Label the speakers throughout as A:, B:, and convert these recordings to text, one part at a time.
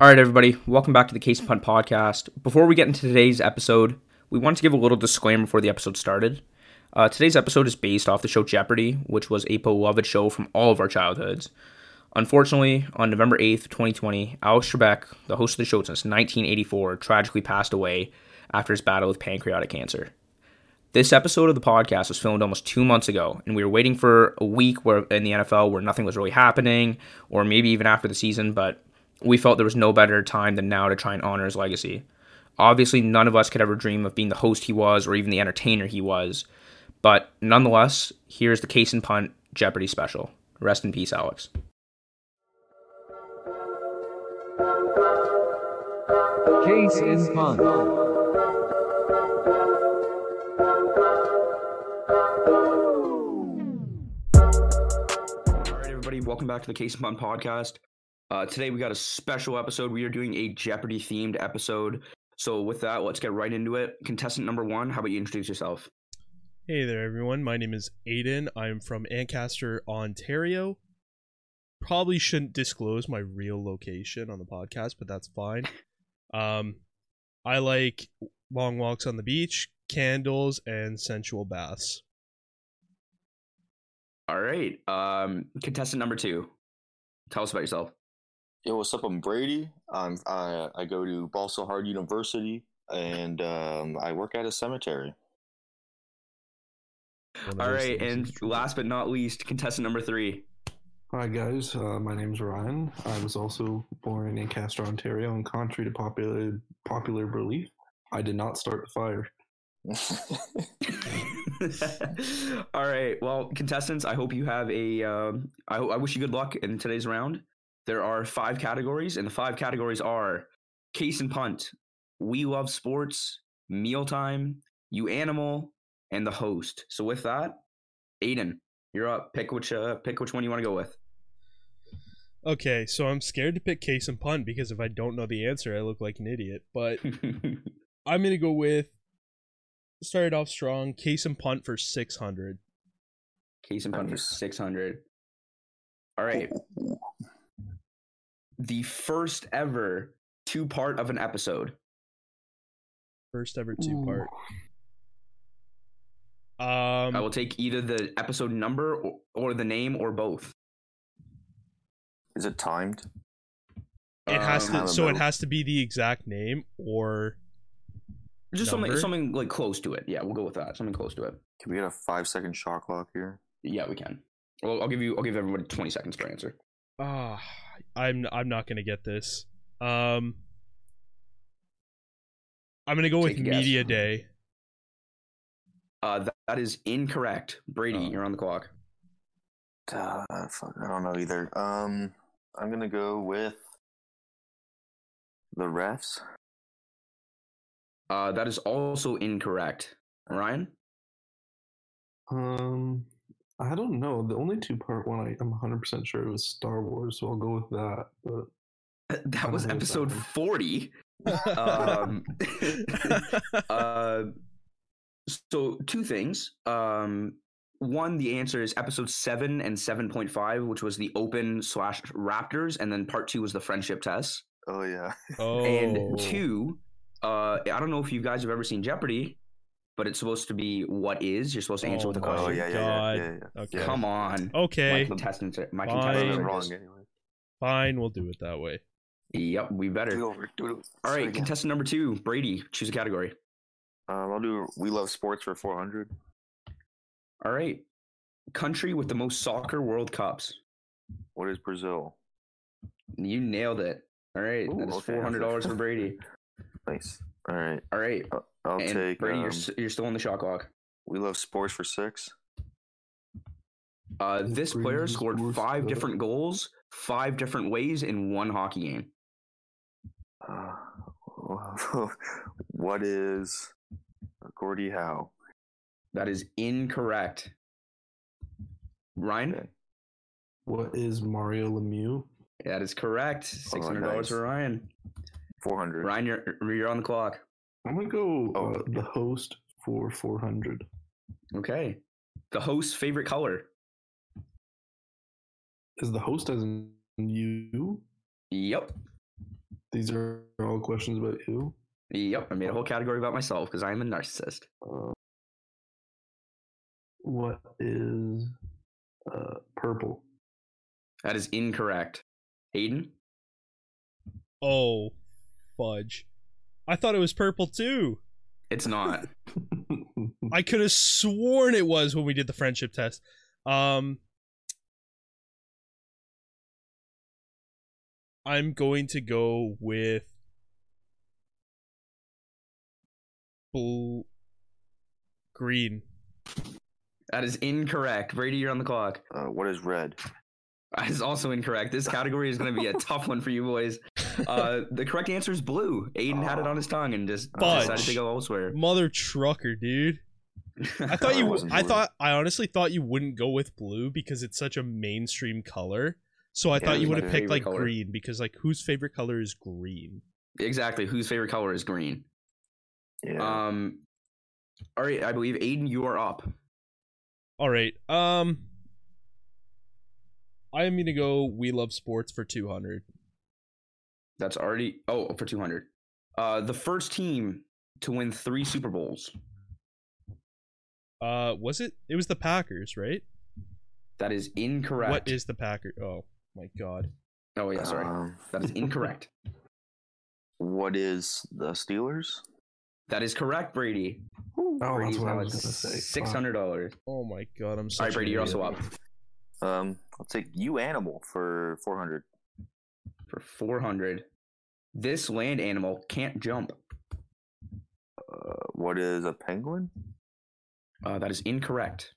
A: All right, everybody, welcome back to the Case in Punt podcast. Before we get into today's episode, we want to give a little disclaimer before the episode started. Uh, today's episode is based off the show Jeopardy, which was a beloved show from all of our childhoods. Unfortunately, on November 8th, 2020, Alex Trebek, the host of the show since 1984, tragically passed away after his battle with pancreatic cancer. This episode of the podcast was filmed almost two months ago, and we were waiting for a week where in the NFL where nothing was really happening, or maybe even after the season, but we felt there was no better time than now to try and honor his legacy. Obviously, none of us could ever dream of being the host he was or even the entertainer he was, but nonetheless, here's the Case and Punt Jeopardy special. Rest in peace, Alex.
B: Case in punt.
A: All right, everybody, welcome back to the Case and Punt podcast. Uh, today we got a special episode. We are doing a Jeopardy themed episode. So with that, let's get right into it. Contestant number one, how about you introduce yourself?
C: Hey there, everyone. My name is Aiden. I'm from Ancaster, Ontario. Probably shouldn't disclose my real location on the podcast, but that's fine. Um, I like long walks on the beach, candles, and sensual baths.
A: All right. Um, contestant number two, tell us about yourself.
D: Yo, what's up? I'm Brady. I'm I, I go to Balsahard University and um, I work at a cemetery.
C: One of
A: All
C: those
A: right,
C: things
A: and
C: is true.
A: last but not least, contestant number three.
E: Hi guys, uh, my name's Ryan. I was also born in Ancaster, Ontario, and contrary to popular popular belief, I did not start the fire.
A: All right. Well, contestants, I hope you have a. Um, I, I wish you good luck in today's round. There are five categories, and the five categories are case and punt, we love sports, mealtime, you animal, and the host. So with that, Aiden, you're up. Pick which uh, pick which one you want to go with.
C: Okay, so I'm scared to pick case and pun because if I don't know the answer, I look like an idiot. But I'm gonna go with started off strong case and punt for 600.
A: case and punt for
D: Nice.
A: six hundred. All right. The first ever two part of an episode.
C: First ever two part. Um,
A: I will take either the episode number or, or the name or both.
D: Is it timed?
C: It has
A: Um,
C: to, so it
D: Halibu.
C: has to be the exact name, or
A: Just something,
C: number?
A: something like close to it. Yeah, we'll go with that. Something close to it.
D: Can we get a five second shot clock here?
A: Yeah, we can. Well, I'll give you. I'll give everybody twenty seconds per answer.
C: ah, I'm I'm not gonna get this. Um, I'm gonna go
A: Take
C: with
A: a guess.
C: media day.
A: Uh, that, that is incorrect. Brady,
C: Oh.
A: you're on the clock.
D: Uh, fuck, I don't know either. Um, I'm gonna go with the refs.
A: Uh, that is also incorrect. Ryan,
E: Um, I don't know. The only two part one I, I'm 100 percent sure it was Star Wars, so I'll go with that. But
A: that
E: don't
A: was
E: know that
A: episode
E: one.
A: forty. Um, uh, so two things. Um, one, the answer is episode seven and seven point five, which was the open slash Raptors, and then part two was the friendship test.
D: Oh yeah.
C: oh,
A: And two, uh, I don't know if you guys have ever seen Jeopardy, but it's supposed to be what is. You're supposed to answer
C: Oh
A: with a
C: my
A: question.
D: Oh yeah, yeah, yeah,
C: God.
D: yeah, yeah.
C: Okay.
D: yeah.
A: Come on. My
C: okay,
A: contestants are my
C: Fine.
D: I
A: contestants
D: was
A: are
D: wrong
A: just-
D: anyway.
C: fine, we'll do it that way.
A: Yep, we better.
D: Do it over. Do it over.
A: All
D: Sorry,
A: right,
D: again.
A: contestant number two, Brady, choose a category.
D: Um, I'll do. We love sports for 400.
A: All right. Country with the most soccer World Cups.
D: What is Brazil?
A: You nailed it. All right,
D: Ooh,
A: that is
D: okay.
A: four hundred dollars for Brady.
D: Nice. All right.
A: All right,
D: I'll
A: and
D: take.
A: Brady,
D: um,
A: you're, s- you're still on the shot clock.
D: we love sports for six.
A: Uh,
E: This
A: this
E: brings
A: player
E: us
A: scored
E: worst
A: five
E: ever.
A: different goals, five different ways in one hockey game.
D: Uh, what is uh, Gordie Howe?
A: That is incorrect. Ryan,
D: Okay.
E: what is Mario Lemieux?
A: that is correct. Six hundred dollars
D: Oh, nice.
A: for Ryan.
D: 400.
A: Ryan, you're you're on the clock.
E: I'm gonna go
D: Oh.
E: uh, the host for 400.
A: Okay. The host's favorite color.
E: Is the host as in you?
A: Yep.
E: These are all questions about you.
A: Yep, I made a whole category about myself because I'm a narcissist.
E: Uh, what is uh, purple?
A: That is incorrect. Aiden?
C: Oh, fudge. I thought it was purple too.
A: It's not.
E: Oh,
C: I could have sworn it was when we did the friendship test. Um, I'm going to go with bl- green.
A: that is incorrect. Brady, you're on the clock.
D: Uh, what is red?
A: That is also incorrect. This category is going to be a tough one for you boys. Uh, the correct answer is blue. Aiden had it on his tongue and just decided to
C: Fudge.
A: go elsewhere.
C: Mother trucker, dude. I thought
D: No, it
C: you.
D: wasn't
C: I
D: blue.
C: thought. I honestly thought you wouldn't go with blue because it's such a mainstream color. So I
A: it
C: thought
A: was
C: you
A: my
C: would have picked
A: favorite
C: like
A: color.
C: green because like whose favorite color is green?
A: Exactly. Whose favorite color is green?
D: Yeah.
A: Um, all right, I believe Aiden, you are up.
C: All right. Um, I am gonna go. We love sports for two hundred.
A: That's already oh for two hundred. Uh, the first team to win three Super Bowls.
C: Uh, was it? It was the Packers, right?
A: That is incorrect.
C: What is the Packer? Oh my God.
A: Oh yeah,
E: Ah.
A: sorry.
D: Um,
A: That is incorrect.
D: what is the Steelers?
A: that is correct, Brady.
E: Oh,
A: Brady's
E: that's what I
A: now
E: was
A: at
E: gonna say.
A: six hundred dollars.
C: Oh my God. I'm
A: All
C: sorry,
A: right, Brady, you're also up
D: Um, I'll take you animal for four hundred.
A: for four hundred. This land animal can't jump.
D: Uh, what is a penguin?
A: Uh, that is incorrect.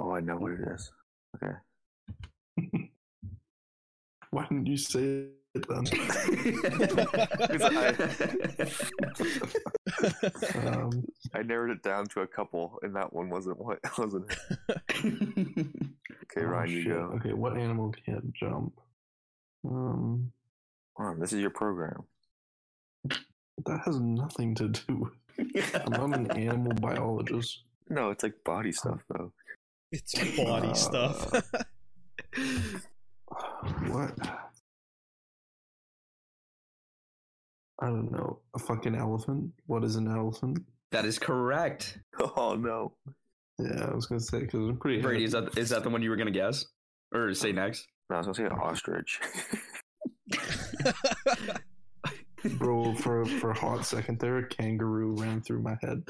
D: Oh, I know what it is. Okay.
E: Why didn't you say it then? Um,
D: I narrowed it down to a couple, and that one wasn't what wasn't. It? Okay,
E: oh,
D: Ryan, you
E: shit.
D: go.
E: Okay, what animal can't jump? Um,
D: Ron, this is your program.
E: that has nothing to do with. I'm not an animal biologist.
D: No, it's like body stuff though.
C: It's body
E: Uh,
C: stuff.
E: What? I don't know. A fucking elephant? What is an elephant?
A: that is correct.
D: Oh no.
E: Yeah, I was gonna say because I'm pretty.
A: Brady, is that is that the one you were gonna guess or say next?
D: No, I was gonna say an ostrich.
E: bro? For for a hot second there, a kangaroo ran through my head.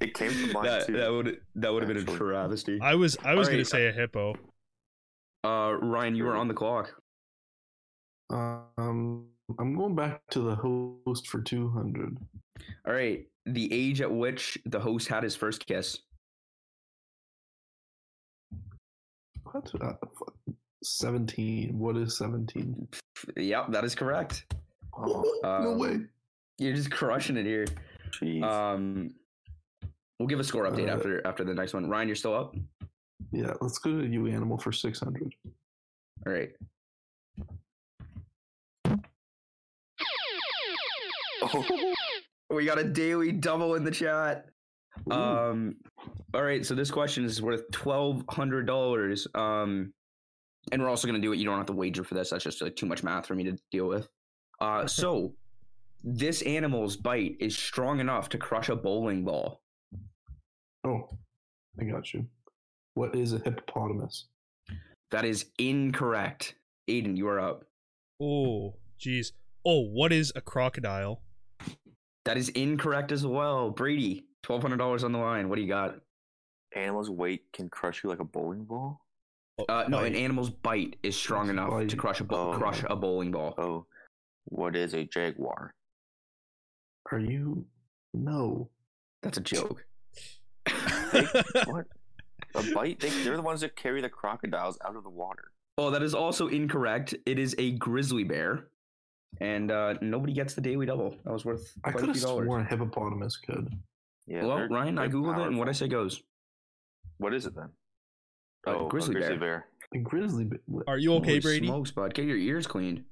D: it came to mind
A: that,
D: too.
A: that would that would have been a
D: actually.
A: travesty.
C: I was. I was
A: All
C: gonna
A: right.
C: say a hippo.
A: Uh, Ryan, you were on the clock.
E: Um, I'm going back to the host for two hundred.
A: All right, the age at which the host had his first kiss.
E: What? Uh, fuck. Seventeen. What is seventeen?
A: Yep, that is correct.
E: Oh, no
A: Um,
E: way.
A: You're just crushing it here.
D: Jeez.
A: Um, we'll give a score update
E: Uh,
A: after after the next one. Ryan, you're still up.
E: Yeah, let's go to you animal for six hundred.
A: All right.
D: oh,
A: We got a daily double in the chat. Um, all right. So this question is worth twelve hundred dollars. Um, and we're also gonna do it. You don't have to wager for this. That's just like too much math for me to deal with. Uh, so this animal's bite is strong enough to crush a bowling ball.
E: Oh, I got you. What is a hippopotamus?
A: That is incorrect. Aiden, you are up.
C: Oh, jeez. Oh, what is a crocodile?
A: That is incorrect as well. Brady, twelve hundred dollars on the line. What do you got?
D: animal's weight can crush you like a bowling ball.
C: Oh,
A: Uh, no, an
C: bite.
A: animal's bite is strong enough to
E: Bite.
A: crush a bo-
D: Oh.
A: crush a bowling ball.
D: Oh, what is a jaguar?
E: Are you? No.
A: That's a joke.
D: What? A bite? They, they're the ones that carry the crocodiles out of the water.
A: Oh, that is also incorrect. It is a grizzly bear, and uh, nobody gets the daily double. That was worth
E: I
A: quite
E: could
A: a
E: have
A: few dollars.
E: sworn a hippopotamus could.
D: Yeah.
A: well,
D: they're-
A: Ryan, I
D: they're
A: googled it, and what I
D: powerful.
A: say goes.
D: What is it then?
A: Uh,
D: oh,
A: grizzly
D: a grizzly
A: bear.
D: bear.
E: A grizzly. Bit, what-
C: Are you okay,
A: Holy
C: Brady?
A: Smokes, bud. Get your ears cleaned.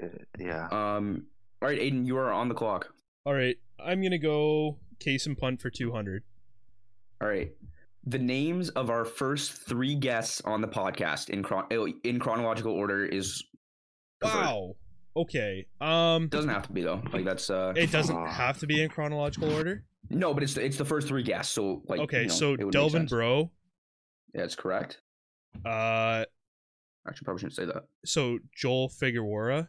D: Uh, yeah.
A: Um. All right, Aiden, you are on the clock.
C: All right, I'm gonna go case and punt for 200.
A: All right. The names of our first oh, three guests on the podcast in chron- in chronological order is preferred.
C: Wow, okay. Um,
A: It doesn't have to be though. Like that's uh
C: it doesn't
D: Oh.
C: have to be in chronological order.
A: no, but it's the, it's the first three guests. So like
C: Okay,
A: you know,
C: so
A: it would make
C: Delvin
A: sense.
C: Bro,
A: Yeah, it's correct.
C: uh,
A: Actually, probably shouldn't say that.
C: so Joel Figueroa,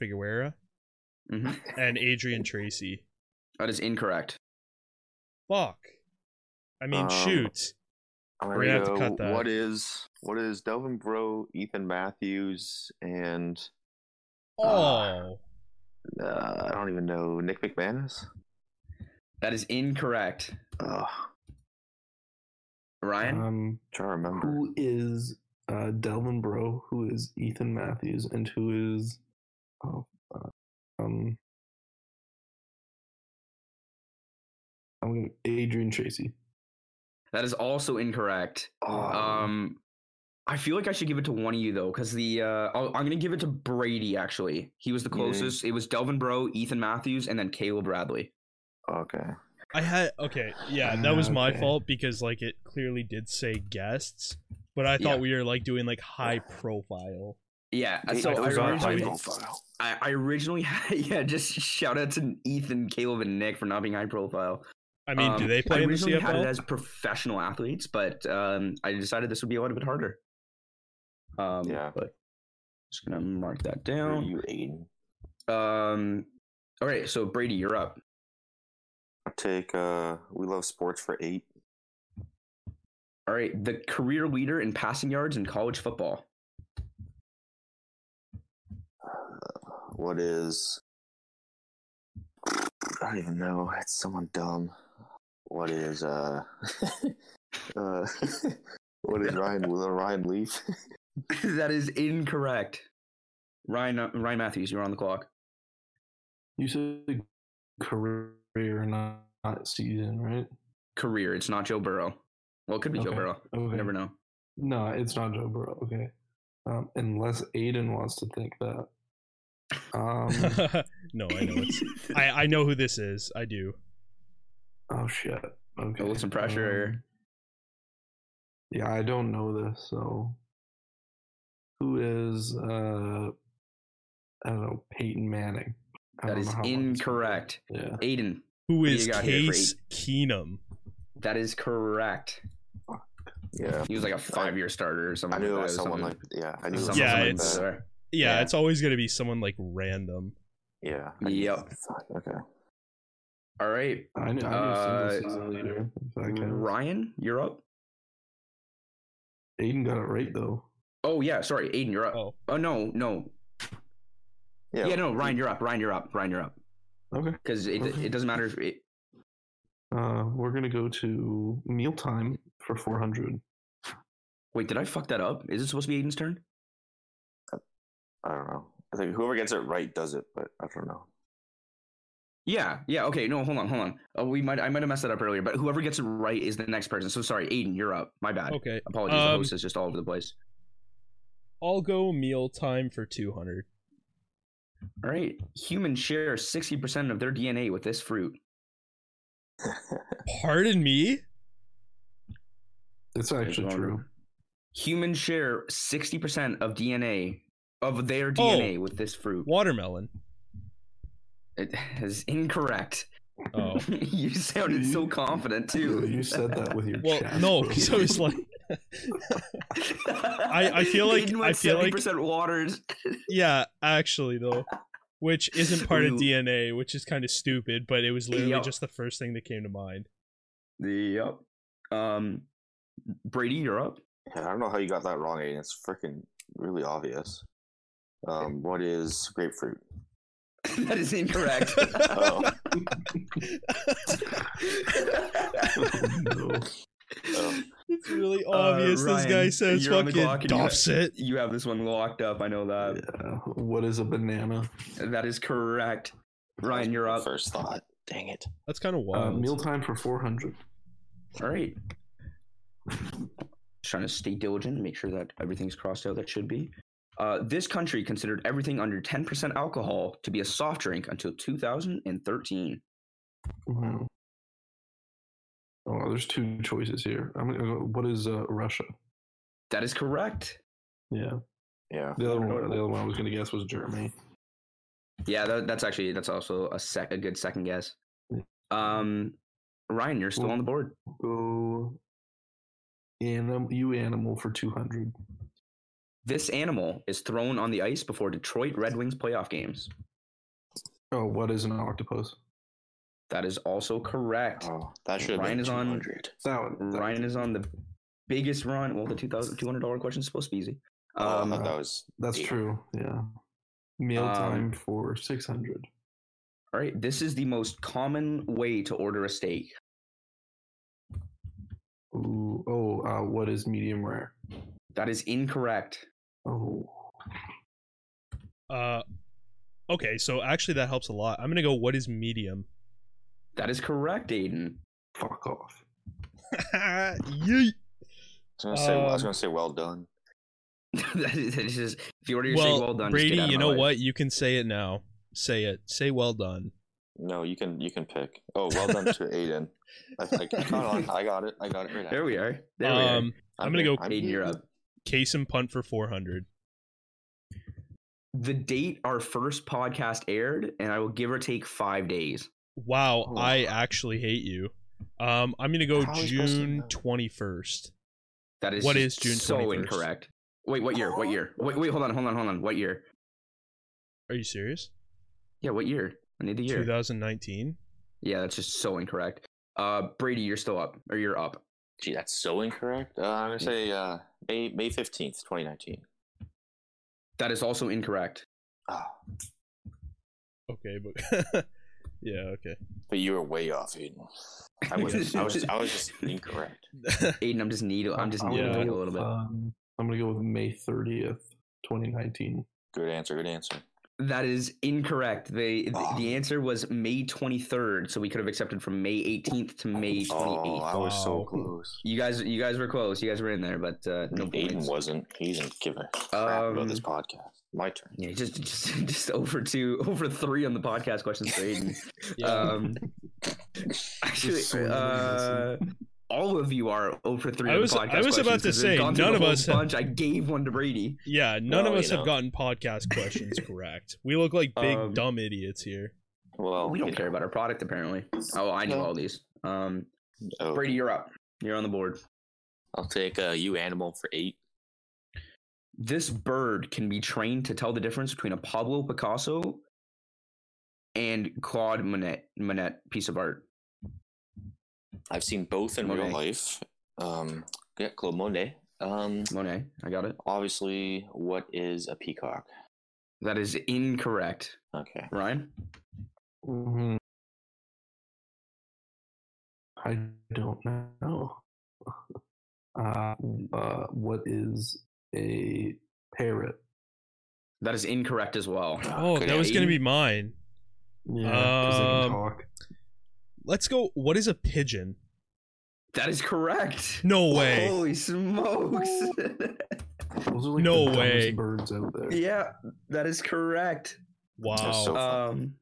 C: Figueroa,
A: Mhm.
C: and Adrian Tracy.
A: That is incorrect.
C: Fuck. I mean,
D: Um,
C: shoot.
D: I'm
C: We're gonna have to cut that.
D: What is what is Delvin Bro, Ethan Matthews, and
C: Oh,
D: uh, I don't even know Nick McManus.
A: That is incorrect.
D: Ugh,
C: Uh,
A: Ryan,
E: Um,
D: trying to remember.
E: who is uh, Delvin Bro? Who is Ethan Matthews? And who is oh, uh, um? I'm gonna Adrian Tracy.
A: that is also incorrect.
C: oh.
A: Um, I feel like I should give it to one of you though, because the uh, I'll, I'm gonna give it to Brady. Actually, he was the
D: Yeah.
A: closest. It was Delvin Bro, Ethan Matthews, and then Caleb Bradley.
D: okay.
C: I had okay, yeah, that was
E: Ah,
C: my
E: okay.
C: fault because like it clearly did say guests, but I thought
A: Yeah.
C: we were like doing like high profile.
A: Yeah,
D: Hey,
A: so
D: I
A: I
D: forgot
C: sorry,
A: originally,
C: sorry.
D: high profile.
A: I, I originally had yeah. Just shout out to Ethan, Caleb, and Nick for not being high profile.
C: I mean, do
A: Um,
C: they play
A: I
C: in the
A: originally had it
C: CFL?
A: as professional athletes, but um, I decided this would be a little bit harder. Um,
D: Yeah.
A: but just gonna mark that
D: Who are
A: down.
D: you Aiden?
A: Um, all right, so Brady, you're up.
D: I'll take uh, we love sports for eight.
A: All right, the career leader in passing yards in college football.
D: What is? I don't even know. It's someone dumb. What is? Uh, uh, what is Ryan? Will Ryan Leaf?
A: that is incorrect. Ryan uh, Ryan Matthews, you're on the clock.
E: You said career, not, not season, right?
A: Career, it's not Joe Burrow. Well, it could be Joe
E: Okay,
A: Burrow.
E: Okay.
A: You never know.
E: No, it's not Joe Burrow. Okay, um, unless Aiden wants to think that. Um,
C: no, Oh, I know it's. I I know who this is. I do.
E: oh shit. Okay.
A: with some pressure.
E: um, yeah, I don't know this. So, who is uh, I don't know Peyton Manning? I
A: that
E: don't
A: is
E: know how long it's been.
A: incorrect.
E: Yeah.
A: Aiden,
C: Who
A: do
C: is
A: you got here for
C: Case Keenum?
A: that is correct.
D: Yeah,
A: He was like a five year starter or
D: I
A: something.
D: knew it
A: like
D: was
A: that, or
D: someone like
A: something-
D: yeah. I
A: something-
D: knew it was
C: Yeah,
D: someone
A: something
D: like
C: it's-
D: that.
A: that.
C: Yeah,
A: Yeah.
C: it's always gonna be someone like random.
D: yeah.
A: Yep.
D: Fuck, Okay.
A: All right,
E: I knew, I knew
A: Uh,
E: single season leader. if that counts.
A: Ryan, you're up.
E: Aiden got it right though.
A: Oh yeah, sorry, Aiden, you're up. Oh,
C: Oh,
A: no, no, yeah, no, Ryan, you're up. Ryan, you're up. Ryan, you're up.
E: Okay.
A: Because it,
E: Okay.
A: it doesn't matter. If it,
E: Uh, we're gonna go to mealtime for four hundred.
A: wait, did I fuck that up? Is it supposed to be Aiden's turn?
D: I don't know. I think whoever gets it right does it, but I don't know.
A: Yeah, yeah. Okay, no, hold on, hold on. Uh, we might, I might have messed that up earlier, but whoever gets it right is the next person. So sorry, Aiden, you're up. My
E: Oh,
A: bad.
C: okay.
A: Apologies, the
C: Um,
A: host is just all over the place.
C: I'll go meal time for two hundred.
A: All right, humans share sixty percent of their DNA with this fruit.
C: Pardon me.
E: It's actually
A: It's on-
E: true.
A: Humans share sixty percent of DNA of their
C: Oh.
A: DNA with this fruit.
C: Watermelon.
A: It is incorrect.
C: Oh.
A: you sounded so confident too.
E: You said that with your
C: Well,
E: chest.
C: no,
E: bro.
C: because I was like,
A: I,
C: I feel like- I feel like-
A: percent waters.
C: yeah, actually though, which isn't part of
A: Ooh.
C: DNA, which is kind of stupid, but it was literally
A: Yup.
C: just the first thing that came to mind.
A: Yep. Um, Brady, you're up.
D: Yeah, I don't know how you got that wrong, Aiden. It's freaking really obvious. Um, what is grapefruit?
A: that is incorrect.
D: Oh,
E: No.
D: Oh.
C: It's really
A: Uh,
C: obvious. this guy
A: Ryan,
C: says
A: you're on the
C: fucking
A: clock and you got-
C: Dofset.
A: you have this one locked up. I know
E: Uh,
A: that.
E: what is a banana?
A: That is correct. Ryan, you're up.
D: First thought. Dang it.
C: That's kind of
E: Uh,
C: wild.
E: mealtime for 400.
A: All right. Just trying to stay diligent and make sure that everything's crossed out that should be. Uh, this country considered everything under 10% alcohol to be a soft drink until 2013.
E: Wow. Oh, there's two choices here. I'm gonna go, what is uh, Russia?
A: That is correct.
E: Yeah.
D: Yeah.
E: The other, one, the other one I was going to guess was Germany.
A: Yeah, that, that's actually that's also a sec a good second guess. Um, Ryan, you're still on the board.
E: Go. Anim- you animal for 200.
A: This animal is thrown on the ice before Detroit Red Wings playoff games.
E: Oh, what is an octopus?
A: That is also correct.
D: Oh, that should have
A: Ryan
D: been
A: is on-
D: 200.
E: That one. that-
A: Ryan is on the biggest run. Well, the two thousand two hundred dollar question is supposed to be easy.
D: Oh, I
A: Um,
D: thought that was
E: That's true. Yeah. Meal
A: Um,
E: time for 600.
A: All right, this is the most common way to order a steak.
E: Ooh, oh, uh, what is medium rare?
A: That is incorrect.
E: Oh,
C: Uh, okay, so actually that helps a lot. I'm gonna go. What is medium?
A: That is correct, Aiden.
E: fuck off.
C: Yeet.
D: I was, gonna say, I was
C: Um,
D: gonna say well done.
A: that is that is just, if you order your
C: well,
A: steak well done, just get
C: Brady,
A: out of
C: you
A: my
C: know
A: life.
C: what? You can say it now. Say it. Say well done.
D: No, you can you can pick. Oh, well done to Aiden. I, I, caught on. I got it. I got it right
A: There
D: after.
A: we are. There we
C: um,
D: I'm,
C: gonna
D: here.
C: go
A: are.
D: I'm
A: Aiden,
D: here.
A: you're up.
C: case and punt for 400.
A: The date our first podcast aired, and I will give or take five days.
C: Wow,
D: Oh.
C: I actually hate you. Um, I'm gonna go
D: How are we supposed to
C: June
D: know?
C: 21st.
A: That is
C: What is June
A: so
C: 21st?
A: incorrect. Wait, what year? What year? Wait, wait, hold on, hold on, hold on. What year?
C: Are you serious?
A: Yeah, what year? I need the year.
C: 2019.
A: Yeah, that's just so incorrect. Uh, Brady, you're still up, or you're up.
D: Gee, that's so incorrect. Uh, I'm gonna say uh, May May fifteenth, 2019.
A: That is also incorrect.
D: Oh,
C: Okay, but yeah, okay.
D: but you were way off, Aiden. I was. I was. Just, I was just incorrect.
A: Aiden, I'm just needle. I'm just
E: I'm
A: needling
E: gonna
A: you
E: go
A: a little bit.
E: with, um, I'm going to go with May 30th, 2019.
D: Good answer. Good answer.
A: That is incorrect. They th-
D: Oh.
A: the answer was May 23rd, so we could have accepted from May 18th to May 28th.
D: Oh, I was so
C: Wow.
D: close.
A: You guys, you guys were close. You guys were in there, but uh, no
D: Aiden
A: points.
D: wasn't. He didn't give a crap about this
A: Um,
D: podcast. My turn.
A: Yeah, just just just over two, over three on the podcast questions for Aiden. um, actually,
E: Just so many
A: uh, all of you are over three.
C: I
A: on the
C: was- I
A: podcast
C: was about
A: questions
C: to
A: 'cause
C: say,
A: we've gone through
C: none
A: the
C: of
A: whole
C: us have-
A: Bunch. I gave one to Brady.
C: yeah, none of
D: Well,
C: us
D: you
C: have
D: know.
C: gotten podcast questions correct. We look like big
A: Um,
C: dumb idiots here.
E: Oh,
D: Well,
A: we don't care about our product apparently. Oh, I knew
D: No.
A: all these. Um,
D: oh,
A: Brady, you're up. You're on the board.
D: I'll take uh, you animal for eight.
A: this bird can be trained to tell the difference between a Pablo Picasso and Claude Monet Monet piece of art.
D: I've seen both in real
A: Monet.
D: life. Um, yeah, Claude Monet. Um,
A: Monet, I got it.
D: obviously, what is a peacock?
A: That is incorrect.
D: Okay.
A: Ryan,
E: Mhm. I don't know. Uh, uh, what is a parrot?
A: that is incorrect as well.
C: Oh,
D: Could
C: that was going to be
D: Aiden-
C: mine.
E: Yeah, 'cause they can
C: Um,
E: talk.
C: Let's go. What is a pigeon?
A: That is correct.
C: No way.
A: Holy smokes.
E: Those are like
C: no
E: the dumbest
C: way.
E: birds out there.
A: yeah, that is correct.
C: Wow.
D: That's so-
A: Um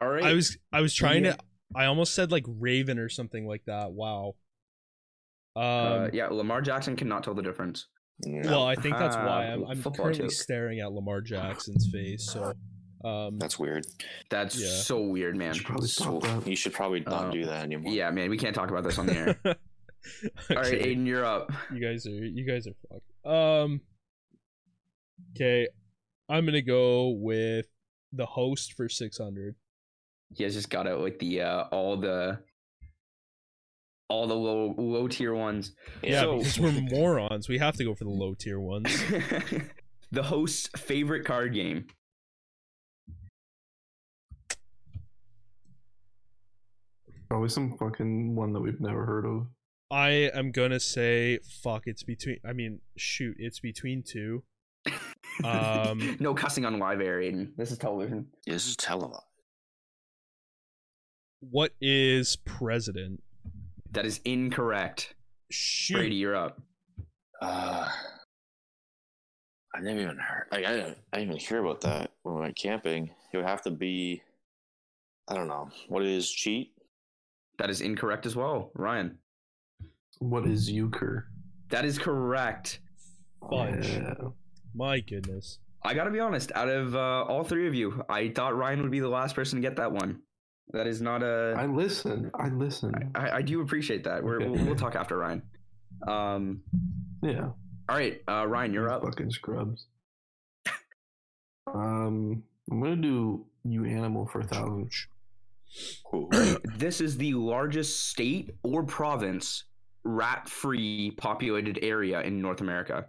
A: All right.
C: I was I was trying
A: Yeah.
C: to I almost said like raven or something like that. Wow. Um
A: uh, yeah, Lamar Jackson cannot tell the difference.
D: No,
C: well, I think that's why
A: Ah,
C: I'm, I'm
A: football
C: currently
A: joke.
C: staring at Lamar Jackson's face. So um
D: that's weird.
A: That's
C: Yeah.
A: so weird, man.
E: Should probably stop
D: So-
E: that.
D: you should probably not
A: Uh,
D: do that anymore.
A: Yeah, man, we can't talk about this on the air. All right,
C: Okay,
A: Aiden, you're up.
C: You guys are you guys are fucked. Um Okay. I'm gonna go with the host for six hundred.
A: He has just got out like the uh, all the all the low low tier ones.
C: Yeah,
A: So-
C: because we're morons. We have to go for the low tier ones.
A: the host's favorite card game.
E: Probably some fucking one that we've never heard of.
C: I am gonna say fuck. It's between. I mean, shoot. It's between two. Um,
A: no cussing on live air, Aiden. This is television.
D: This is televised.
C: What is president?
A: That is incorrect.
C: Shoot.
A: Brady, you're up.
D: Uh, I never even heard. Like, I didn't. I didn't even hear about that when we went camping. It would have to be. I don't know what it is. Cheat.
A: That is incorrect as well, Ryan.
E: What is
A: Mm-hmm.
E: euchre?
A: That is correct.
C: Fudge.
E: Yeah.
C: My goodness.
A: I gotta be honest. Out of uh, all three of you, I thought Ryan would be the last person to get that one. That is not a.
E: I listen. I listen.
A: I, I do appreciate that. We're,
E: Okay.
A: we'll, we'll talk after Ryan. Um,
E: yeah.
A: all right, uh, Ryan, you're
E: These
A: up.
E: Fucking scrubs. um, I'm gonna do you animal for a thousand.
A: This is the largest state or province rat-free populated area in North America.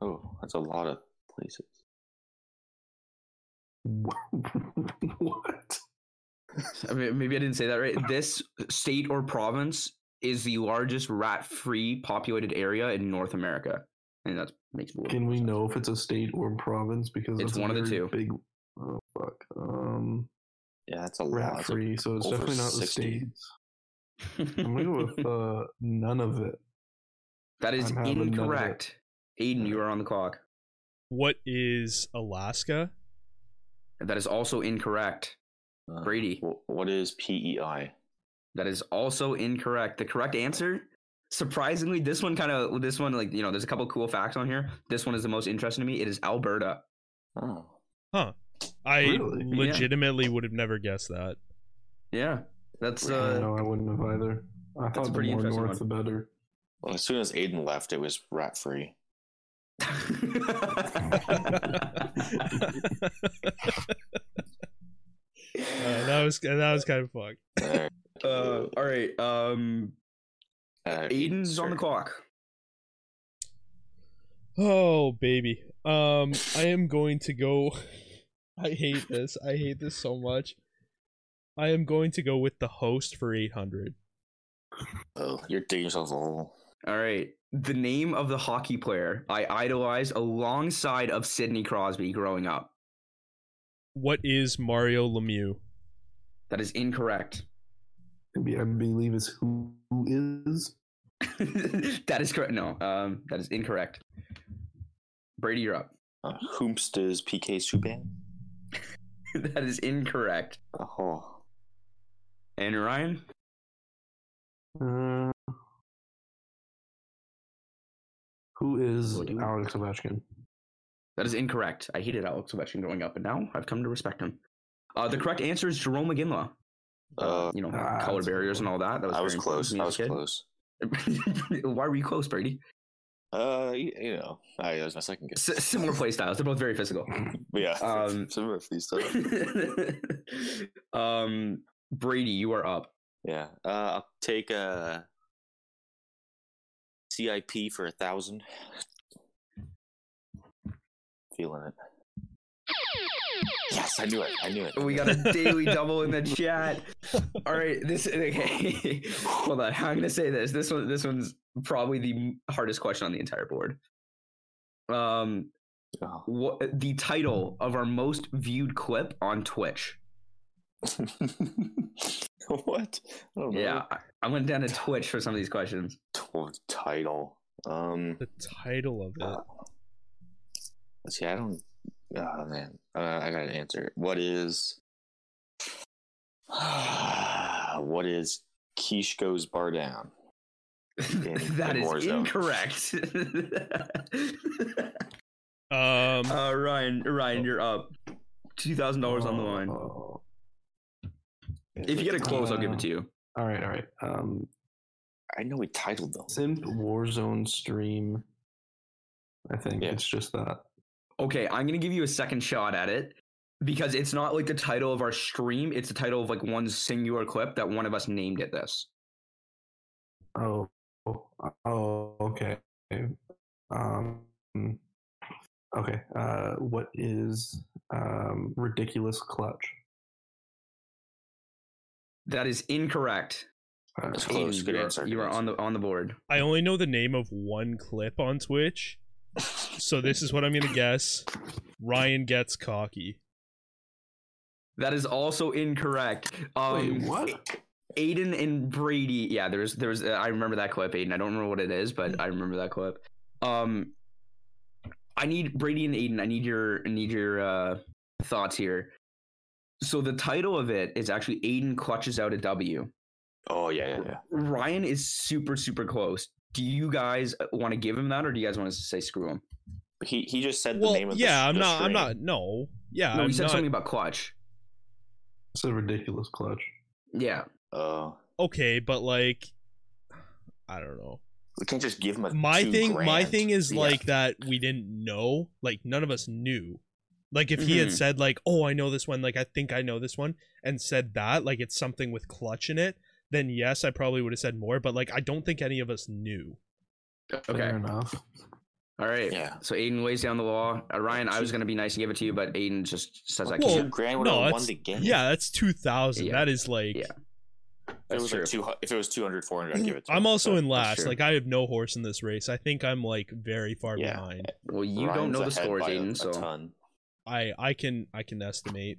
D: Oh, that's a lot of places.
E: what?
A: I mean, maybe I didn't say that right. This state or province is the largest rat-free populated area in North America, and that makes. a little
E: Can
A: more
E: we
A: sense.
E: know if it's a state or province? Because
A: It's
E: that's a
A: one of the
E: very
A: two.
E: Big. Oh fuck. Um,
D: Yeah, that's a lot.
E: rat
D: That's a-
E: free. So it's
D: over
E: definitely not the
D: 60.
E: states. I'm gonna go with uh, none of it.
A: that is
E: I'm having none of it.
A: incorrect. Aiden, you are on the clock.
C: What is Alaska?
A: That is also incorrect.
D: uh,
A: Brady.
D: wh- What is E PEI?
A: That is also incorrect. The correct answer, surprisingly, this one kind of this one like you know, there's a couple cool facts on here. This one is the most interesting to me. It is Alberta.
D: Oh,
C: I
E: Really?
A: Yeah.
C: legitimately would have never guessed that.
A: Yeah, that's
E: I
A: uh,
E: know I wouldn't have either. I
A: that's a
E: thought the
A: pretty
E: more
A: interesting
E: north the better.
D: well, as soon as Aiden left, it was rat free.
A: uh,
C: Uh, that was that was kind of fucked.
D: Uh,
A: uh, all right. Um,
D: uh,
A: Aiden's on the
D: sure.
A: clock.
C: Oh baby. Um I am going to go I hate this. I hate this so much. I am going to go with the host for 800.
D: Oh, you're digging yourself a hole.
A: All right. The name of the hockey player I idolized alongside of Sidney Crosby growing up.
C: What is Mario Lemieux?
A: That is incorrect.
E: Maybe I believe it's who, who is.
A: that is correct. No, um, that is incorrect. Brady, you're up.
D: Uh, Hoomst is PK Subban.
A: that is incorrect.
D: Oh,
A: And Ryan,
E: Uh, who is
A: What do you-
E: Alex Ovechkin?
A: that is incorrect. I hated Alex Ovechkin growing up, but now I've come to respect him. Uh, the correct answer is Jerome McGinley.
D: Uh,
A: you know, color
E: ah, that's a good
A: barriers and all
E: one.
A: that. That was
D: I
A: very important
D: was close.
A: to me
D: I was
A: as a
D: close.
A: kid. Why were you close, Brady?
D: Uh, you, you know, I that was my second guess.
A: S- similar play styles. They're both very physical.
D: But yeah,
A: Um,
D: similar to these stuff.
A: um, Brady, you are up.
D: Yeah, uh, I'll take a CIP for a thousand. Feeling it. Yes, I knew it. I knew it. I
A: We
D: knew
A: got a daily double in the chat. All right, this okay. Hold on, I'm gonna say this. This one, this one's probably the m- hardest question on the entire board. Um,
D: it. Oh.
A: what the title of our most viewed clip on Twitch?
D: what? I don't know.
A: Yeah, I, I went down to Twitch for some of these questions.
D: Tw- title. Um.
C: The title of
D: Uh,
C: it.
D: let's see. I don't. Oh man, uh, I got an answer. What is? what is Quiche goes bar down? In-
A: that
D: in
A: is
D: Warzone.
A: incorrect.
C: Um
A: uh, Ryan, Ryan, you're up. Two thousand dollars on the line.
E: Oh.
A: If you get a close, I'll give
E: Uh,
A: it to you.
E: All right, all right. Um,
D: I know we titled them.
E: Simp Warzone stream. I think
D: Yeah.
E: it's just that.
A: Okay, I'm gonna give you a second shot at it because it's not like the title of our stream. It's the title of like one singular clip that one of us named it. This
E: Oh, oh, okay. Um, okay. Uh, what is um ridiculous clutch?
A: that is incorrect.
E: Uh,
D: That's close.
A: Aiden,
D: Good
A: you are-
D: answer.
A: You
D: good
A: are on the on the board.
C: I only know the name of one clip on Twitch. So this is what I'm going to guess. Ryan gets cocky.
A: That is also incorrect. Um,
E: Wait, what?
A: Aiden and Brady. Yeah, there's there's. Uh, I remember that clip, Aiden. I don't remember what it is, but I remember that clip. Um, I need Brady and Aiden. I need your I need your uh, thoughts here. So the title of it is actually Aiden clutches out a W.
D: Oh yeah, yeah, yeah.
A: Ryan is super super close. Do you guys want to give him that, or do you guys want to say screw him?
D: He he just said
C: well,
D: the name of the
C: yeah,
D: s-
C: I'm
D: the
C: not. I'm
D: strain.
C: not. Uh, No. Yeah,
A: no,
C: I'm
A: he said
C: not.
A: something about Clutch.
E: It's a ridiculous clutch.
A: Yeah.
D: Oh,
C: Okay, but like, I don't know.
D: we can't just give him a
C: my
D: two
C: thing my
D: grand.
C: thing is
D: Yeah.
C: like that we didn't know like none of us knew like if he had
A: Mhm.
D: Mm-hmm.
C: said like oh i know this one like i think i know this one and said that like it's something with clutch in it then yes i probably would have said more but like i don't think any of us knew
E: Fair
A: Okay.
E: enough.
A: All right.
D: Yeah.
A: So Aiden lays down the law. Uh, Ryan, I was gonna be nice and give it to you, but Aiden just says I
D: Two
C: Well,
A: can't.
D: grand would
C: oh, no,
D: have won
C: that's-
D: the game.
C: yeah that's 2000
A: Yeah.
C: that is like
A: Yeah.
D: If it was like
A: true.
D: two, hu- if it was 200, 400, I'd give it. To
C: Mm, i'm
D: him,
C: also
D: but-
C: in last
A: true.
C: like i have no horse in this race i think i'm like very far
D: Yeah.
C: behind
A: Well, you don't
D: Ryan's
A: know the
D: ahead
A: scores,
D: by a-
A: Aiden.
D: a
A: so
D: ton.
C: i i can i can estimate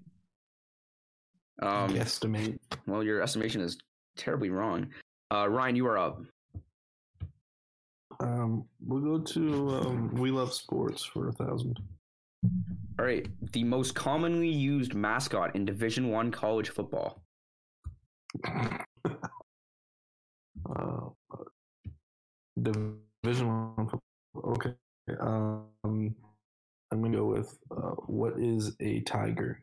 A: um,
E: Guesstimate.
A: well, your estimation is terribly wrong. Uh, Ryan, you are up.
E: Um, we'll go to um, We Love Sports for a thousand.
A: All right. The most commonly used mascot in Division One college football.
E: Uh, Division One. football. Okay. Um, I'm gonna go with uh, what is a tiger?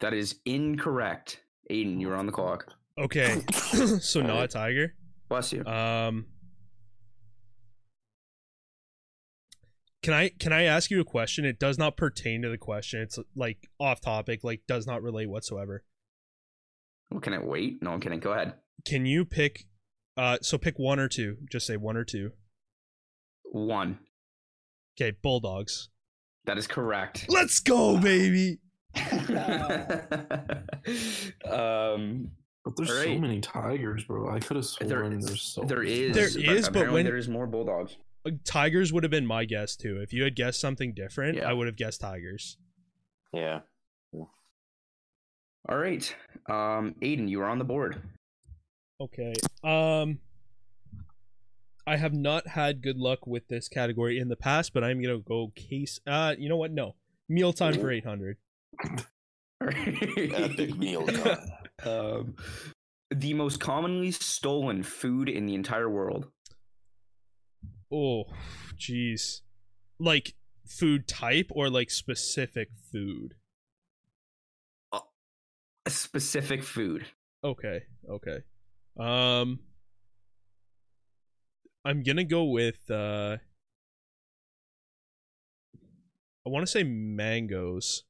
A: That is incorrect. Aiden, you're on the clock.
C: okay so not a tiger
A: Bless you.
C: Um, can I can I ask you a question? It does not pertain to the question. It's like off topic. Like does not relate whatsoever.
A: Well, can I wait? No, I'm kidding. Go ahead.
C: Can you pick? Uh, so pick one or two. Just say one or two.
A: One.
C: Okay, bulldogs.
A: That is correct.
C: Let's go, baby.
A: um,
E: But there's so
A: Alright.
E: many tigers, bro. I could have sworn
A: There-
E: there's so.
A: there is
C: There
A: but
C: is, but
A: apparently
C: when-
A: there is more bulldogs.
C: Uh, Tigers would have been my guess too. If you had guessed something different,
A: Yeah.
C: I would have guessed tigers.
D: Yeah.
A: All right, um, Aiden, you are on the board.
C: Okay. Um. I have not had good luck with this category in the past, but I'm gonna go case. Uh, you know what? No, mealtime for eight hundred.
A: All right.
D: A big meal. done.
A: um, the most commonly stolen food in the entire world.
C: Oh, jeez. Like food type or like specific food?
A: A specific food.
C: Okay, okay. Um I'm going to go with uh I want to say mangoes.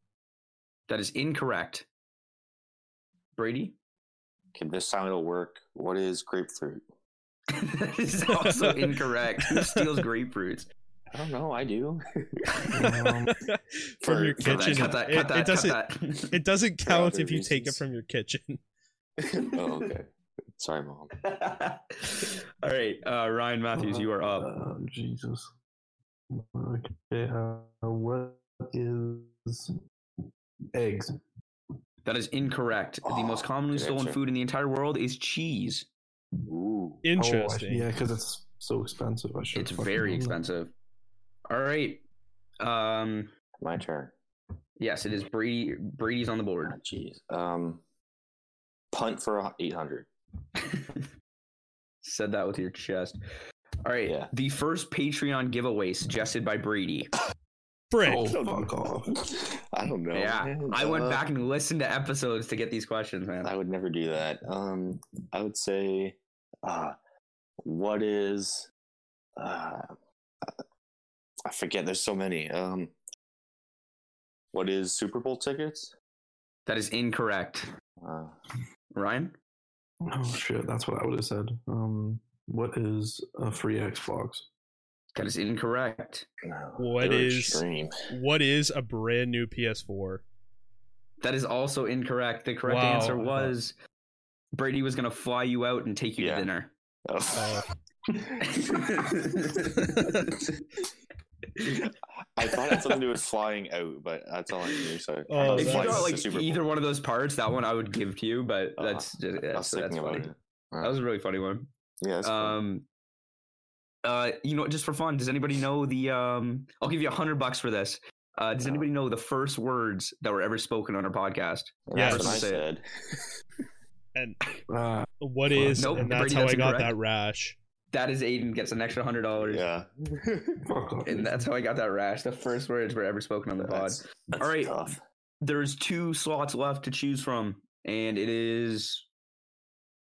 A: That is incorrect. Brady.
D: Okay, this time it'll work. What is grapefruit?
A: that is also incorrect. Who steals grapefruits?
D: I don't know. I do.
E: Um,
C: from your
D: for that-
C: kitchen.
A: Cut that.
C: it,
A: Cut that.
C: it doesn't
A: cut that.
C: it doesn't count
D: other
C: if you take it
D: reasons.
C: from your kitchen.
D: oh, okay. Sorry, mom.
A: All right, uh, Ryan Matthews, you are up.
E: Uh, Jesus. Okay. Uh, what is eggs? Oh,
A: That is incorrect. the most
D: Oh,
A: commonly
D: good
A: stolen
D: answer.
A: food in the entire world is cheese.
D: Ooh.
E: Oh, I-
C: Interesting.
E: yeah, because it's so expensive. I should.
A: It's very expensive. All right. Um.
D: My turn.
A: Yes, it is. Brady. Brady's on the board.
D: Ah, Jeez. Um, punt for eight hundred.
A: Said that with your chest. All right.
D: Yeah.
A: The first Patreon giveaway suggested by Brady.
C: Frick.
E: Oh, fuck off.
D: I don't know.
A: yeah,
D: man.
A: I went
D: Uh,
A: back and listened to episodes to get these questions, man.
D: I would never do that. Um, I would say, uh, what is, uh, I forget. There's so many. Um, what is Super Bowl tickets?
A: That is incorrect.
D: Uh,
A: Ryan.
E: Oh shit, that's what I would have said. Um, what is a free Xbox?
A: That is incorrect.
D: no,
C: What
D: they were
C: is-
D: extreme?
C: What is a brand new PS4?
A: That is also incorrect. The correct
C: Wow.
A: answer was Brady was gonna fly you out and take you
D: Yeah.
A: to dinner.
C: uh,
D: Oh. I thought it had something to do with flying out, but that's all I knew. So
C: Oh,
D: I thought
A: if you
C: Flies
D: flying
C: is
A: got
D: was
A: like
D: the Super Bowl.
A: either one of those parts, that one I would give to you, but
D: Uh,
A: that's just
D: I
A: yeah,
D: was
A: so that's
D: thinking about
A: funny.
D: it. Uh,
A: That was a really funny one.
D: yeah, that's funny.
A: Um, uh, you know, just for fun, does anybody know the? Um, I'll give you a hundred bucks for this. Uh, does
D: Uh.
A: anybody know the first words that were ever spoken on our podcast?
D: That's
C: yes.
D: what I
A: Say it.
D: said.
C: And
E: Uh,
C: what is
A: Nope,
C: and that's
A: Brady,
C: how
A: that's
C: I got
A: incorrect.
C: that rash.
A: That is Aiden gets an extra hundred dollars.
D: Yeah.
E: Fuck off.
A: And that's how I got that rash. The first words were ever spoken on the pod.
D: That's, that's
A: All right.
D: tough.
A: There's two slots left to choose from, and it is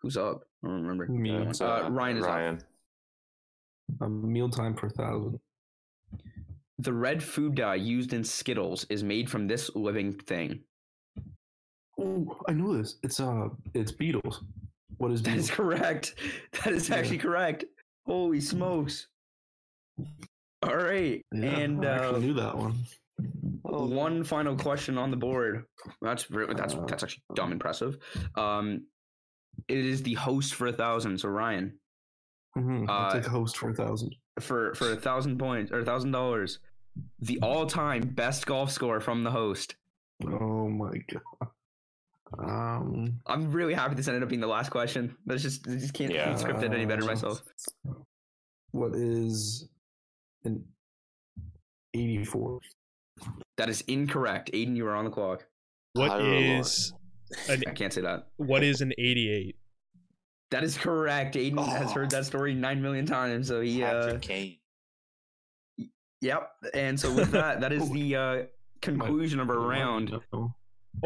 A: who's up? I don't remember.
E: Me.
A: Uh,
D: It's, uh,
A: Ryan is up.
D: Ryan.
E: A mealtime per thousand.
A: The red food dye used in Skittles is made from this living thing.
E: Oh, I know this. It's uh, it's Beatles. What is
A: That
E: Beatles?
A: is correct. That is
E: Yeah.
A: actually correct. Holy smokes. All right.
E: Yeah,
A: and
E: I
A: uh, oh,
E: actually knew that one.
A: one final question on the board. That's re- that's
E: Uh,
A: that's actually dumb impressive. Um it is the host for a thousand. So Ryan,
E: Mhm, I'll
A: uh,
E: take host for a thousand.
A: for for a thousand points or a thousand dollars, the all-time best golf score from the host.
E: Oh my god. Um,
A: I'm really happy this ended up being the last question. That's just I just can't,
D: Yeah.
A: can't script it any better
E: Uh,
A: myself.
E: what is an eighty-four?
A: That is incorrect. Aiden, you are on the clock.
C: What
D: Tyler Lord.
C: is an
A: I can't say that.
C: what is an 88?
A: That is correct. Aiden has heard that story nine million times, so he uh,
D: Patrick Kane.
A: yep. And so with that, that is the uh, conclusion of our round.
E: No.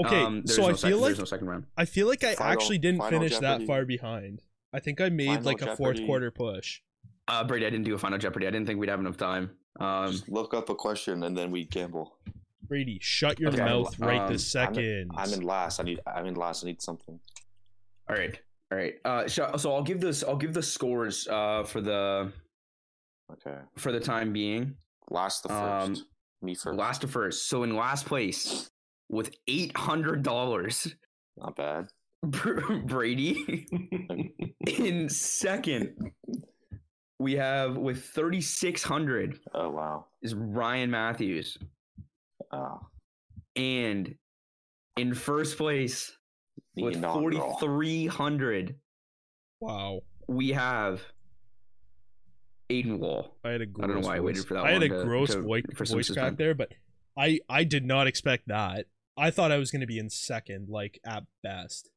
C: Okay,
A: Um, there's
C: so
A: no
C: I
A: sec-
C: feel like
A: there's no second round.
C: I feel like I
D: Final-
C: actually didn't
D: Final
C: finish
D: Jeopardy.
C: that far behind. I think I made
D: Final
C: like a fourth
D: Jeopardy.
C: quarter push.
A: Uh, Brady, I didn't do a final Jeopardy. I didn't think we'd have enough time. Um,
D: Just look up a question and then we gamble.
C: Brady, shut your
A: Okay,
C: mouth right
A: Um,
C: this
D: I'm
C: second.
D: I'm in last. I need. I'm in last. I need something.
A: all right, all right. Uh, so, so I'll give this. I'll give the scores uh, for the
D: Okay.
A: for the time being.
D: Last the
A: Um,
D: first. Me first.
A: Last to first. So in last place with eight hundred dollars,
D: Not bad.
A: Brady. in second, we have with thirty six hundred.
D: Oh wow.
A: is Ryan Matthews.
D: Oh.
A: And in first place
D: the
A: with
D: inaugural.
A: 4,300,
C: wow.
A: we have Aiden Wall.
C: I had a gross
A: I don't know why I waited
C: voice-
A: for that
C: I had a
A: long to-
C: gross
A: to-
C: voice,
A: for some
C: voice crack
A: suspense.
C: there, but I I did not expect that. I thought I was going to be in second, like at best.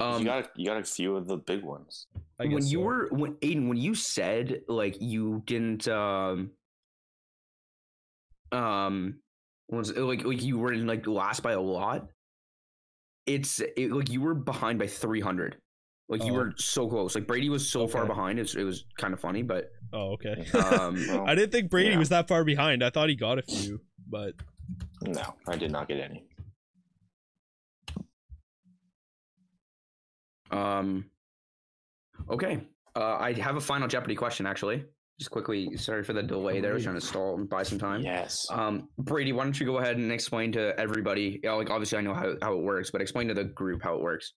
A: Um,
D: you got. You got a few of the big ones.
C: I guess
A: when you
C: so.
A: were when Aiden, when you said like you didn't um um was like like you were in like last by a lot, it's it, like you were behind by three hundred. Like you
C: Oh.
A: were so close. Like Brady was so far
C: Okay.
A: behind. It's, it was kind of funny, but
C: oh okay.
A: um,
D: Well,
C: I didn't think Brady
D: yeah.
C: was that far behind. I thought he got a few, but
D: No, I did not get any.
A: Um. Okay. Uh, I have a final Jeopardy question, actually. Just quickly. Sorry for the delay there. I was trying to stall and buy some time.
D: Yes.
A: Um, Brady, why don't you go ahead and explain to everybody? yeah, Like, obviously, I know how, how it works, but explain to the group how it works.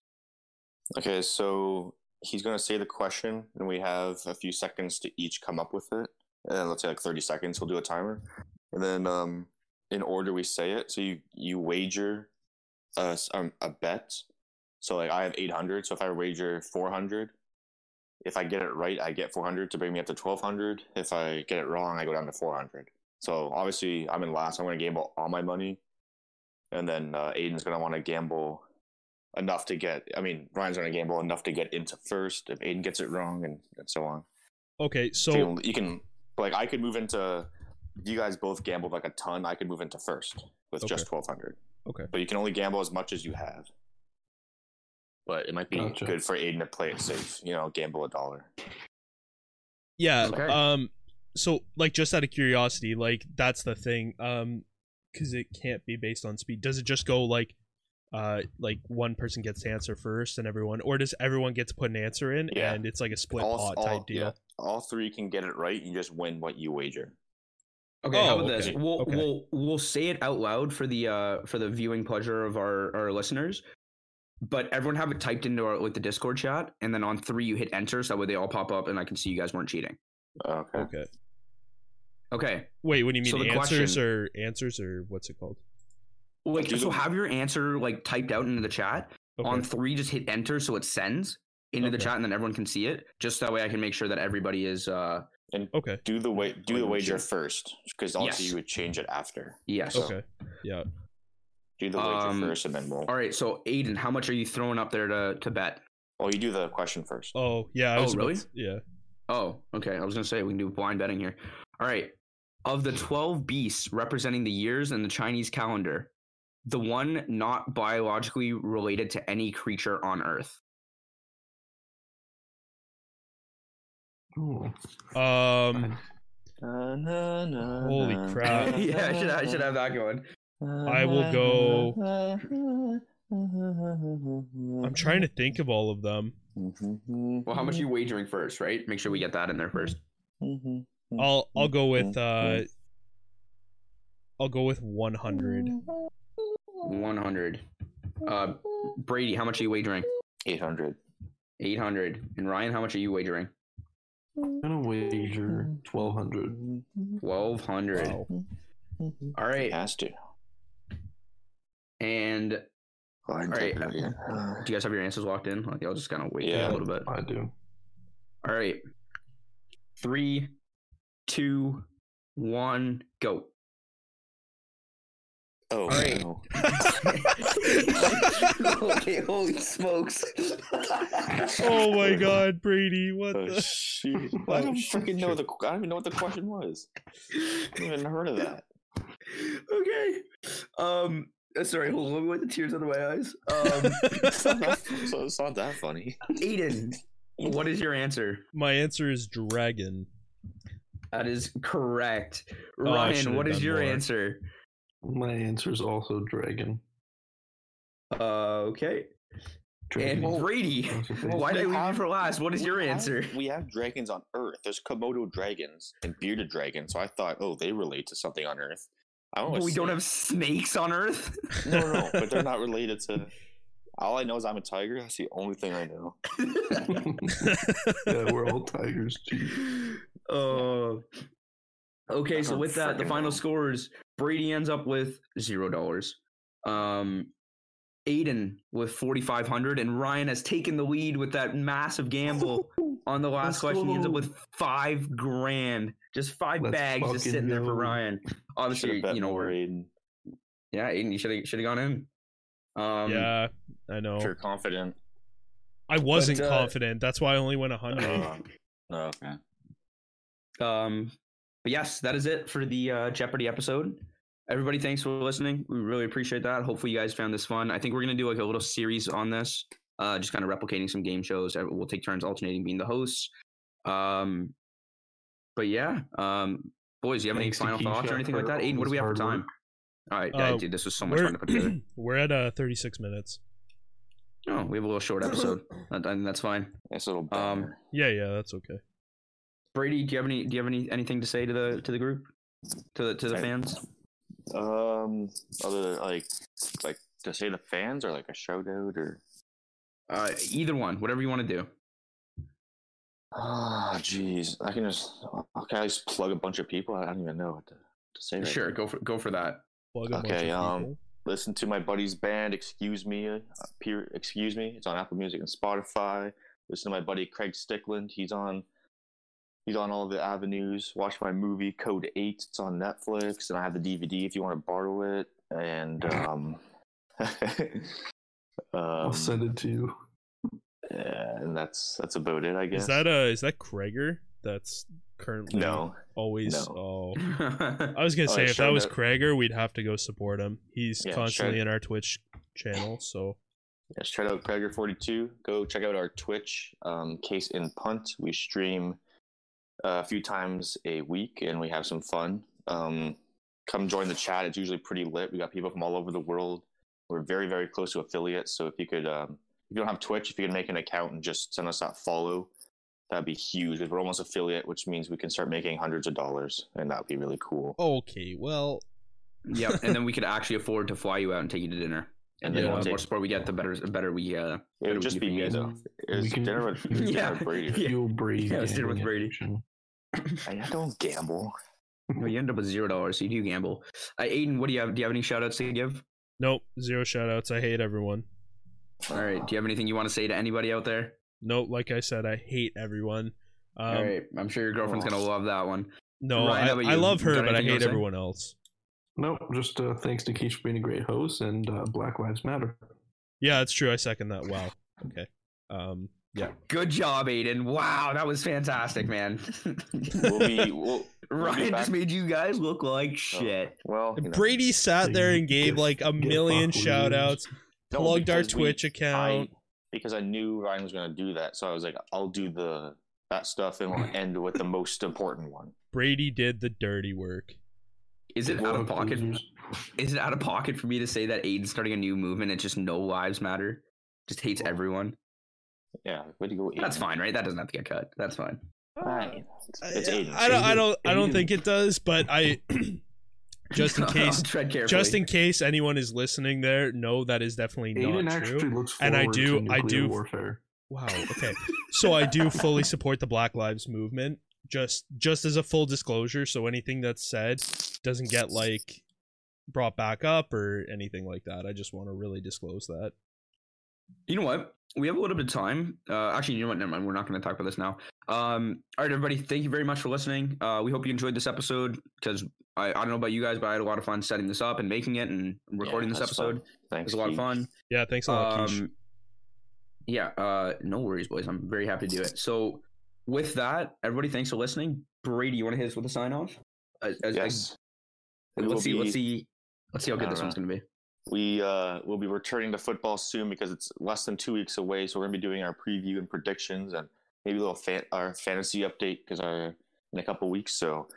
D: Okay, so he's going to say the question, and we have a few seconds to each come up with it. And then let's say like 30 seconds, we'll do a timer. And then um, in order we say it. So you, you wager a, s- um, a bet. So like I have 800. So if I wager 400, if I get it right, I get 400 to bring me up to 1200. If I get it wrong, I go down to 400. So obviously I'm in last. I'm going to gamble all my money. And then uh, Aiden's going to want to gamble enough to get. I mean, Ryan's going to gamble enough to get into first if Aiden gets it wrong, and, and so on.
C: okay.
D: So,
C: So
D: you, can, you can like I could move into. If you guys both gambled like a ton, I could move into first with just twelve hundred.
C: Okay.
D: But you can only gamble as much as you have. But it might be
E: Gotcha.
D: good for Aiden to play it safe. You know, gamble a dollar.
C: Yeah.
A: Okay.
C: Um. So, like, just out of curiosity, like, that's the thing. Um, because it can't be based on speed. Does it just go like, uh, like one person gets to answer first and everyone, or does everyone get to put an answer in
D: Yeah.
C: and it's like a split
D: All-
C: pot
D: all-
C: type deal?
D: yeah. All three can get it right. You just win what you wager.
A: Okay.
C: Oh,
A: how about this?
C: okay,
A: We'll
C: okay.
A: we'll we'll say it out loud for the uh for the viewing pleasure of our our listeners. But everyone have it typed into our like the Discord chat, and then on three you hit enter, so that way they all pop up, and I can see you guys weren't cheating.
D: Okay.
C: Okay.
A: Okay.
C: Wait. What do you mean?
A: So the
C: answers
A: question-
C: or answers or what's it called?
A: Like,
D: Do
A: so
D: the-
A: have your answer like typed out into the chat,
C: Okay.
A: on three just hit enter so it sends into the
C: Okay.
A: chat and then everyone can see it just that way i can make sure that everybody is uh
C: okay.
D: Do the wa- do the
A: Wager.
D: wager first, because obviously
A: Yes.
D: you would change it after.
A: yes
D: So-
C: Okay. Yeah.
D: Do the wager
A: Um,
D: first, and then we'll.
A: all right so aiden how much are you throwing up there to to bet
D: Well, you do the question first.
C: Oh yeah. I
A: Oh,
C: was about
A: really?
C: to- yeah.
A: Oh, okay. I was gonna say we can do blind betting here. All right. Of the twelve beasts representing the years in the Chinese calendar, the one not biologically related to any creature on Earth.
E: Ooh.
A: Hmm.
C: Um,
D: Na, na, na,
C: Holy
D: na,
C: crap.
D: na,
A: yeah, I should I should
D: na,
A: have that going.
D: na,
C: I will
D: na,
C: go-
D: na, na,
C: I'm trying to think of all of them.
A: Well, how much are you wagering first, right? Make sure we get that in there first.
C: I'll I'll go with uh, I'll go with 100.
A: One hundred. Uh, Brady, how much are you wagering?
D: 800.
A: Eight hundred. And Ryan, how much are you wagering?
E: I'm gonna wager twelve hundred.
A: Twelve hundred.
C: Wow.
A: All right.
D: Has to.
A: And
D: Well, I'm
A: All right.
D: taking it again.
A: do you guys have your answers locked in? Like, I'll just kind of wait
D: Yeah.
A: a little bit.
E: I do.
A: All right. Three, two, one, go.
D: Oh,
A: right.
D: no.
A: okay, holy smokes.
C: Oh my God, Brady! What
D: Oh,
C: the?
D: shoot. I
C: Oh,
D: don't freaking know the. I don't even know what the question was. I haven't even heard of that.
A: okay. Um, uh, sorry, hold on. Let me wipe the tears out of my eyes. Um,
D: It's not that- so it's not that funny.
A: Aiden, what is your answer?
C: My answer is dragon.
A: That is correct.
C: I
A: Ryan,
C: should've
A: what is
C: done
A: your
C: more.
A: answer?
E: My answer is also dragon.
A: Uh, okay.
E: Dragon.
A: And Brady,
E: Don't you think?
A: why did I
D: we
A: leave you
D: have-
A: for last? What is
D: We
A: your
D: have-
A: answer?
D: We have dragons on Earth. There's Komodo dragons and bearded dragons. So I thought, oh, they relate to something on Earth. Oh, I
A: But
D: always
A: we don't
D: say-
A: have snakes on Earth.
D: No, no, no, but they're not related to. All I know is I'm a tiger. That's the only thing I know.
E: yeah, we're all tigers. Too.
A: Oh. Okay, so
D: I'm
A: with that, the
D: freaking
A: final
D: wrong.
A: scores: Brady ends up with zero dollars. Um, Aiden with forty five hundred, and Ryan has taken the lead with that massive gamble on the last
E: Let's
A: question. He ends up
E: go.
A: with five grand, just 5
E: Let's
A: bags just
E: fucking
A: sitting there for
E: go.
A: Ryan.
D: Should
A: Obviously,
D: have bet
A: you know,
D: more.
A: we're,
D: Aiden.
A: yeah, Aiden, you should have should have gone in. Um,
C: yeah, I know.
D: If you're confident.
C: I wasn't
A: uh, Oh,
C: confident. That's why I only went 100.
D: Uh, okay.
A: Um, but yes, that is it for the uh, Jeopardy episode. Everybody, thanks for listening. We really appreciate that. Hopefully, you guys found this fun. I think we're gonna do like a little series on this, uh, just kind of replicating some game shows. Uh, We'll take turns alternating being the hosts. Um, but yeah, um, boys, do you have
E: Thanks to
A: any final thoughts
E: Keisha
A: or anything
E: for
A: like that?
E: all
A: Aiden, what do
E: his
A: we have for
E: hard
A: time?
E: work.
A: All right, yeah,
C: Uh,
A: dude, this was so much fun
C: We're,
A: to put together.
C: we're at uh, 36 minutes.
A: Oh, we have a little short episode. I I think that's fine.
D: Nice little.
A: Um,
D: bummer.
C: Yeah, yeah, that's okay.
A: Brady, do you have any? Do you have any anything to say to the to the group, to the to the
D: I-
A: fans?
D: Um, other like, like to say the fans or like a shout out or.
A: Uh, either one, whatever you want to do.
D: Ah, jeez. I can just. Can I just plug a bunch of people? I don't even know what to, to say. right
A: Sure,
D: now.
A: go for go for that.
C: Plug a bunch
D: Okay,
C: of
D: um,
C: people.
D: Listen to my buddy's band. Excuse me. uh, Peer, excuse me. It's on Apple Music and Spotify. Listen to my buddy Craig Stickland. He's on. He's on all the avenues. Watch my movie Code Eight. It's on Netflix, and I have the DVD if you want to borrow it. And um,
E: I'll
D: um,
E: send it to you.
D: yeah, Uh, and that's that's about it, I guess.
C: Is that uh is that Kreger that's currently
D: no?
C: always oh I was gonna
D: Oh,
C: say
D: yeah,
C: if that was
D: shout
C: Kreger we'd have to go support him. He's
D: Yeah,
C: constantly
D: shout-
C: in our Twitch channel, so
D: Yes, check out Craiger42. Go check out our Twitch, um, Case in Punt. We stream uh, a few times a week and we have some fun. Um, come join the chat. It's usually pretty lit. We got people from all over the world. We're very, very close to affiliates. So if you could, um, if you don't have Twitch, if you can make an account and just send us that follow, that'd be huge. 'cause We're almost affiliate, which means we can start making hundreds of dollars, and that'd be really cool.
C: okay, well
A: yep, and then we could actually afford to fly you out and take you to dinner. And
D: And
A: then
D: then
A: the
D: we'll
A: more
D: take-
A: support we get, the better the better we uh
D: It
A: better we
D: would just
A: do for
D: be
A: you
D: me
A: guys.
D: though. It's
E: We can-
D: dinner with
A: Yeah.
D: dinner with Brady.
E: You'll breathe.
A: Yeah, let's do it with Brady.
D: I don't gamble.
A: Well, you end up with zero dollars, so you do gamble. Uh, Aiden, what do you have? Do you have any shout outs to give?
C: nope, zero shout outs. I hate everyone.
A: All right, do you have anything you want to say to anybody out there?
C: Nope, like I said, I hate everyone. Um
A: All right, I'm sure your girlfriend's gonna love that one.
C: no,
A: Ryan,
C: I,
A: how about
C: I
A: you?
C: love her,
A: Got
C: but I
A: anything you wanna
C: hate
A: say?
C: everyone else.
E: Nope. Just uh, thanks to Keisha for being a great host and uh, Black Lives Matter.
C: Yeah, that's true. I second that. Wow. Okay. Um
A: Good job, Aiden. Wow, that was fantastic, man.
D: We'll be. We'll,
A: Ryan
D: back. Oh.
A: just made you guys look like shit.
D: well, you know,
C: Brady sat there and gave
E: Give-
C: like a
E: give
C: million
E: fuck
C: shout outs,
D: no,
C: plugged our
D: because we-
C: Twitch account.
D: I- because I knew Ryan was going to do that, so I was like, I'll do the that stuff and we'll end with the most important one.
C: Brady did the dirty work.
A: Is it out of
E: Fuck
A: pocket?
E: losers.
A: Is it out of pocket for me to say that Aiden's starting a new movement? It's just no lives matter. Just hates everyone.
D: Yeah, way to go. Aiden.
A: That's fine, right? That doesn't have to get cut. That's fine.
D: Ryan. It's,
C: I,
D: it's Aiden.
C: I don't. I
D: Aiden.
C: don't. I don't
D: Aiden.
C: think it does. But I, just in case,
A: Tread carefully.
C: just in case anyone is listening there, no, that is definitely
E: Aiden
C: not
E: actually
C: true.
E: looks forward
C: And I
E: to
C: do- I
E: nuclear
C: do-
E: warfare.
C: Wow. Okay. so I do fully support the Black Lives Movement. Just just as a full disclosure, so anything that's said doesn't get like brought back up or anything like that. I just want to really disclose that.
A: You know what? We have a little bit of time. Uh, actually, you know what? Never mind. We're not going to talk about this now. Um, all right, everybody. Thank you very much for listening. Uh, we hope you enjoyed this episode because I, I don't know about you guys, but I had a lot of fun setting this up and making it and
D: Yeah,
A: recording this
D: that's
A: episode.
D: fun. Thanks.
A: It was a lot of
D: Keith.
A: fun.
C: Yeah. Thanks a lot. Keish.
A: Um, yeah. Uh, no worries, boys. I'm very happy to do it. So, with that, everybody, thanks for listening. Brady, you want to hit us with a sign off? Uh, As, as-
D: Yes.
A: like,
D: We will
A: let's see.
D: be- uh,
A: Let's see. Let's see how
D: I
A: good
D: don't
A: this one's
D: know.
A: going to be.
D: We uh, will be returning to football soon because it's less than two weeks away. So we're gonna be doing our preview and predictions and maybe a little fan- our fantasy update because our in a couple weeks. So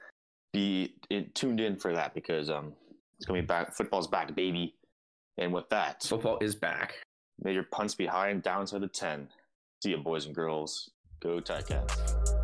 D: be in, tuned in for that because um, it's gonna be back. Football's back, baby. And with that,
A: Football is back.
D: may your punts be high and down to the ten. See you, boys and girls. Go Titans.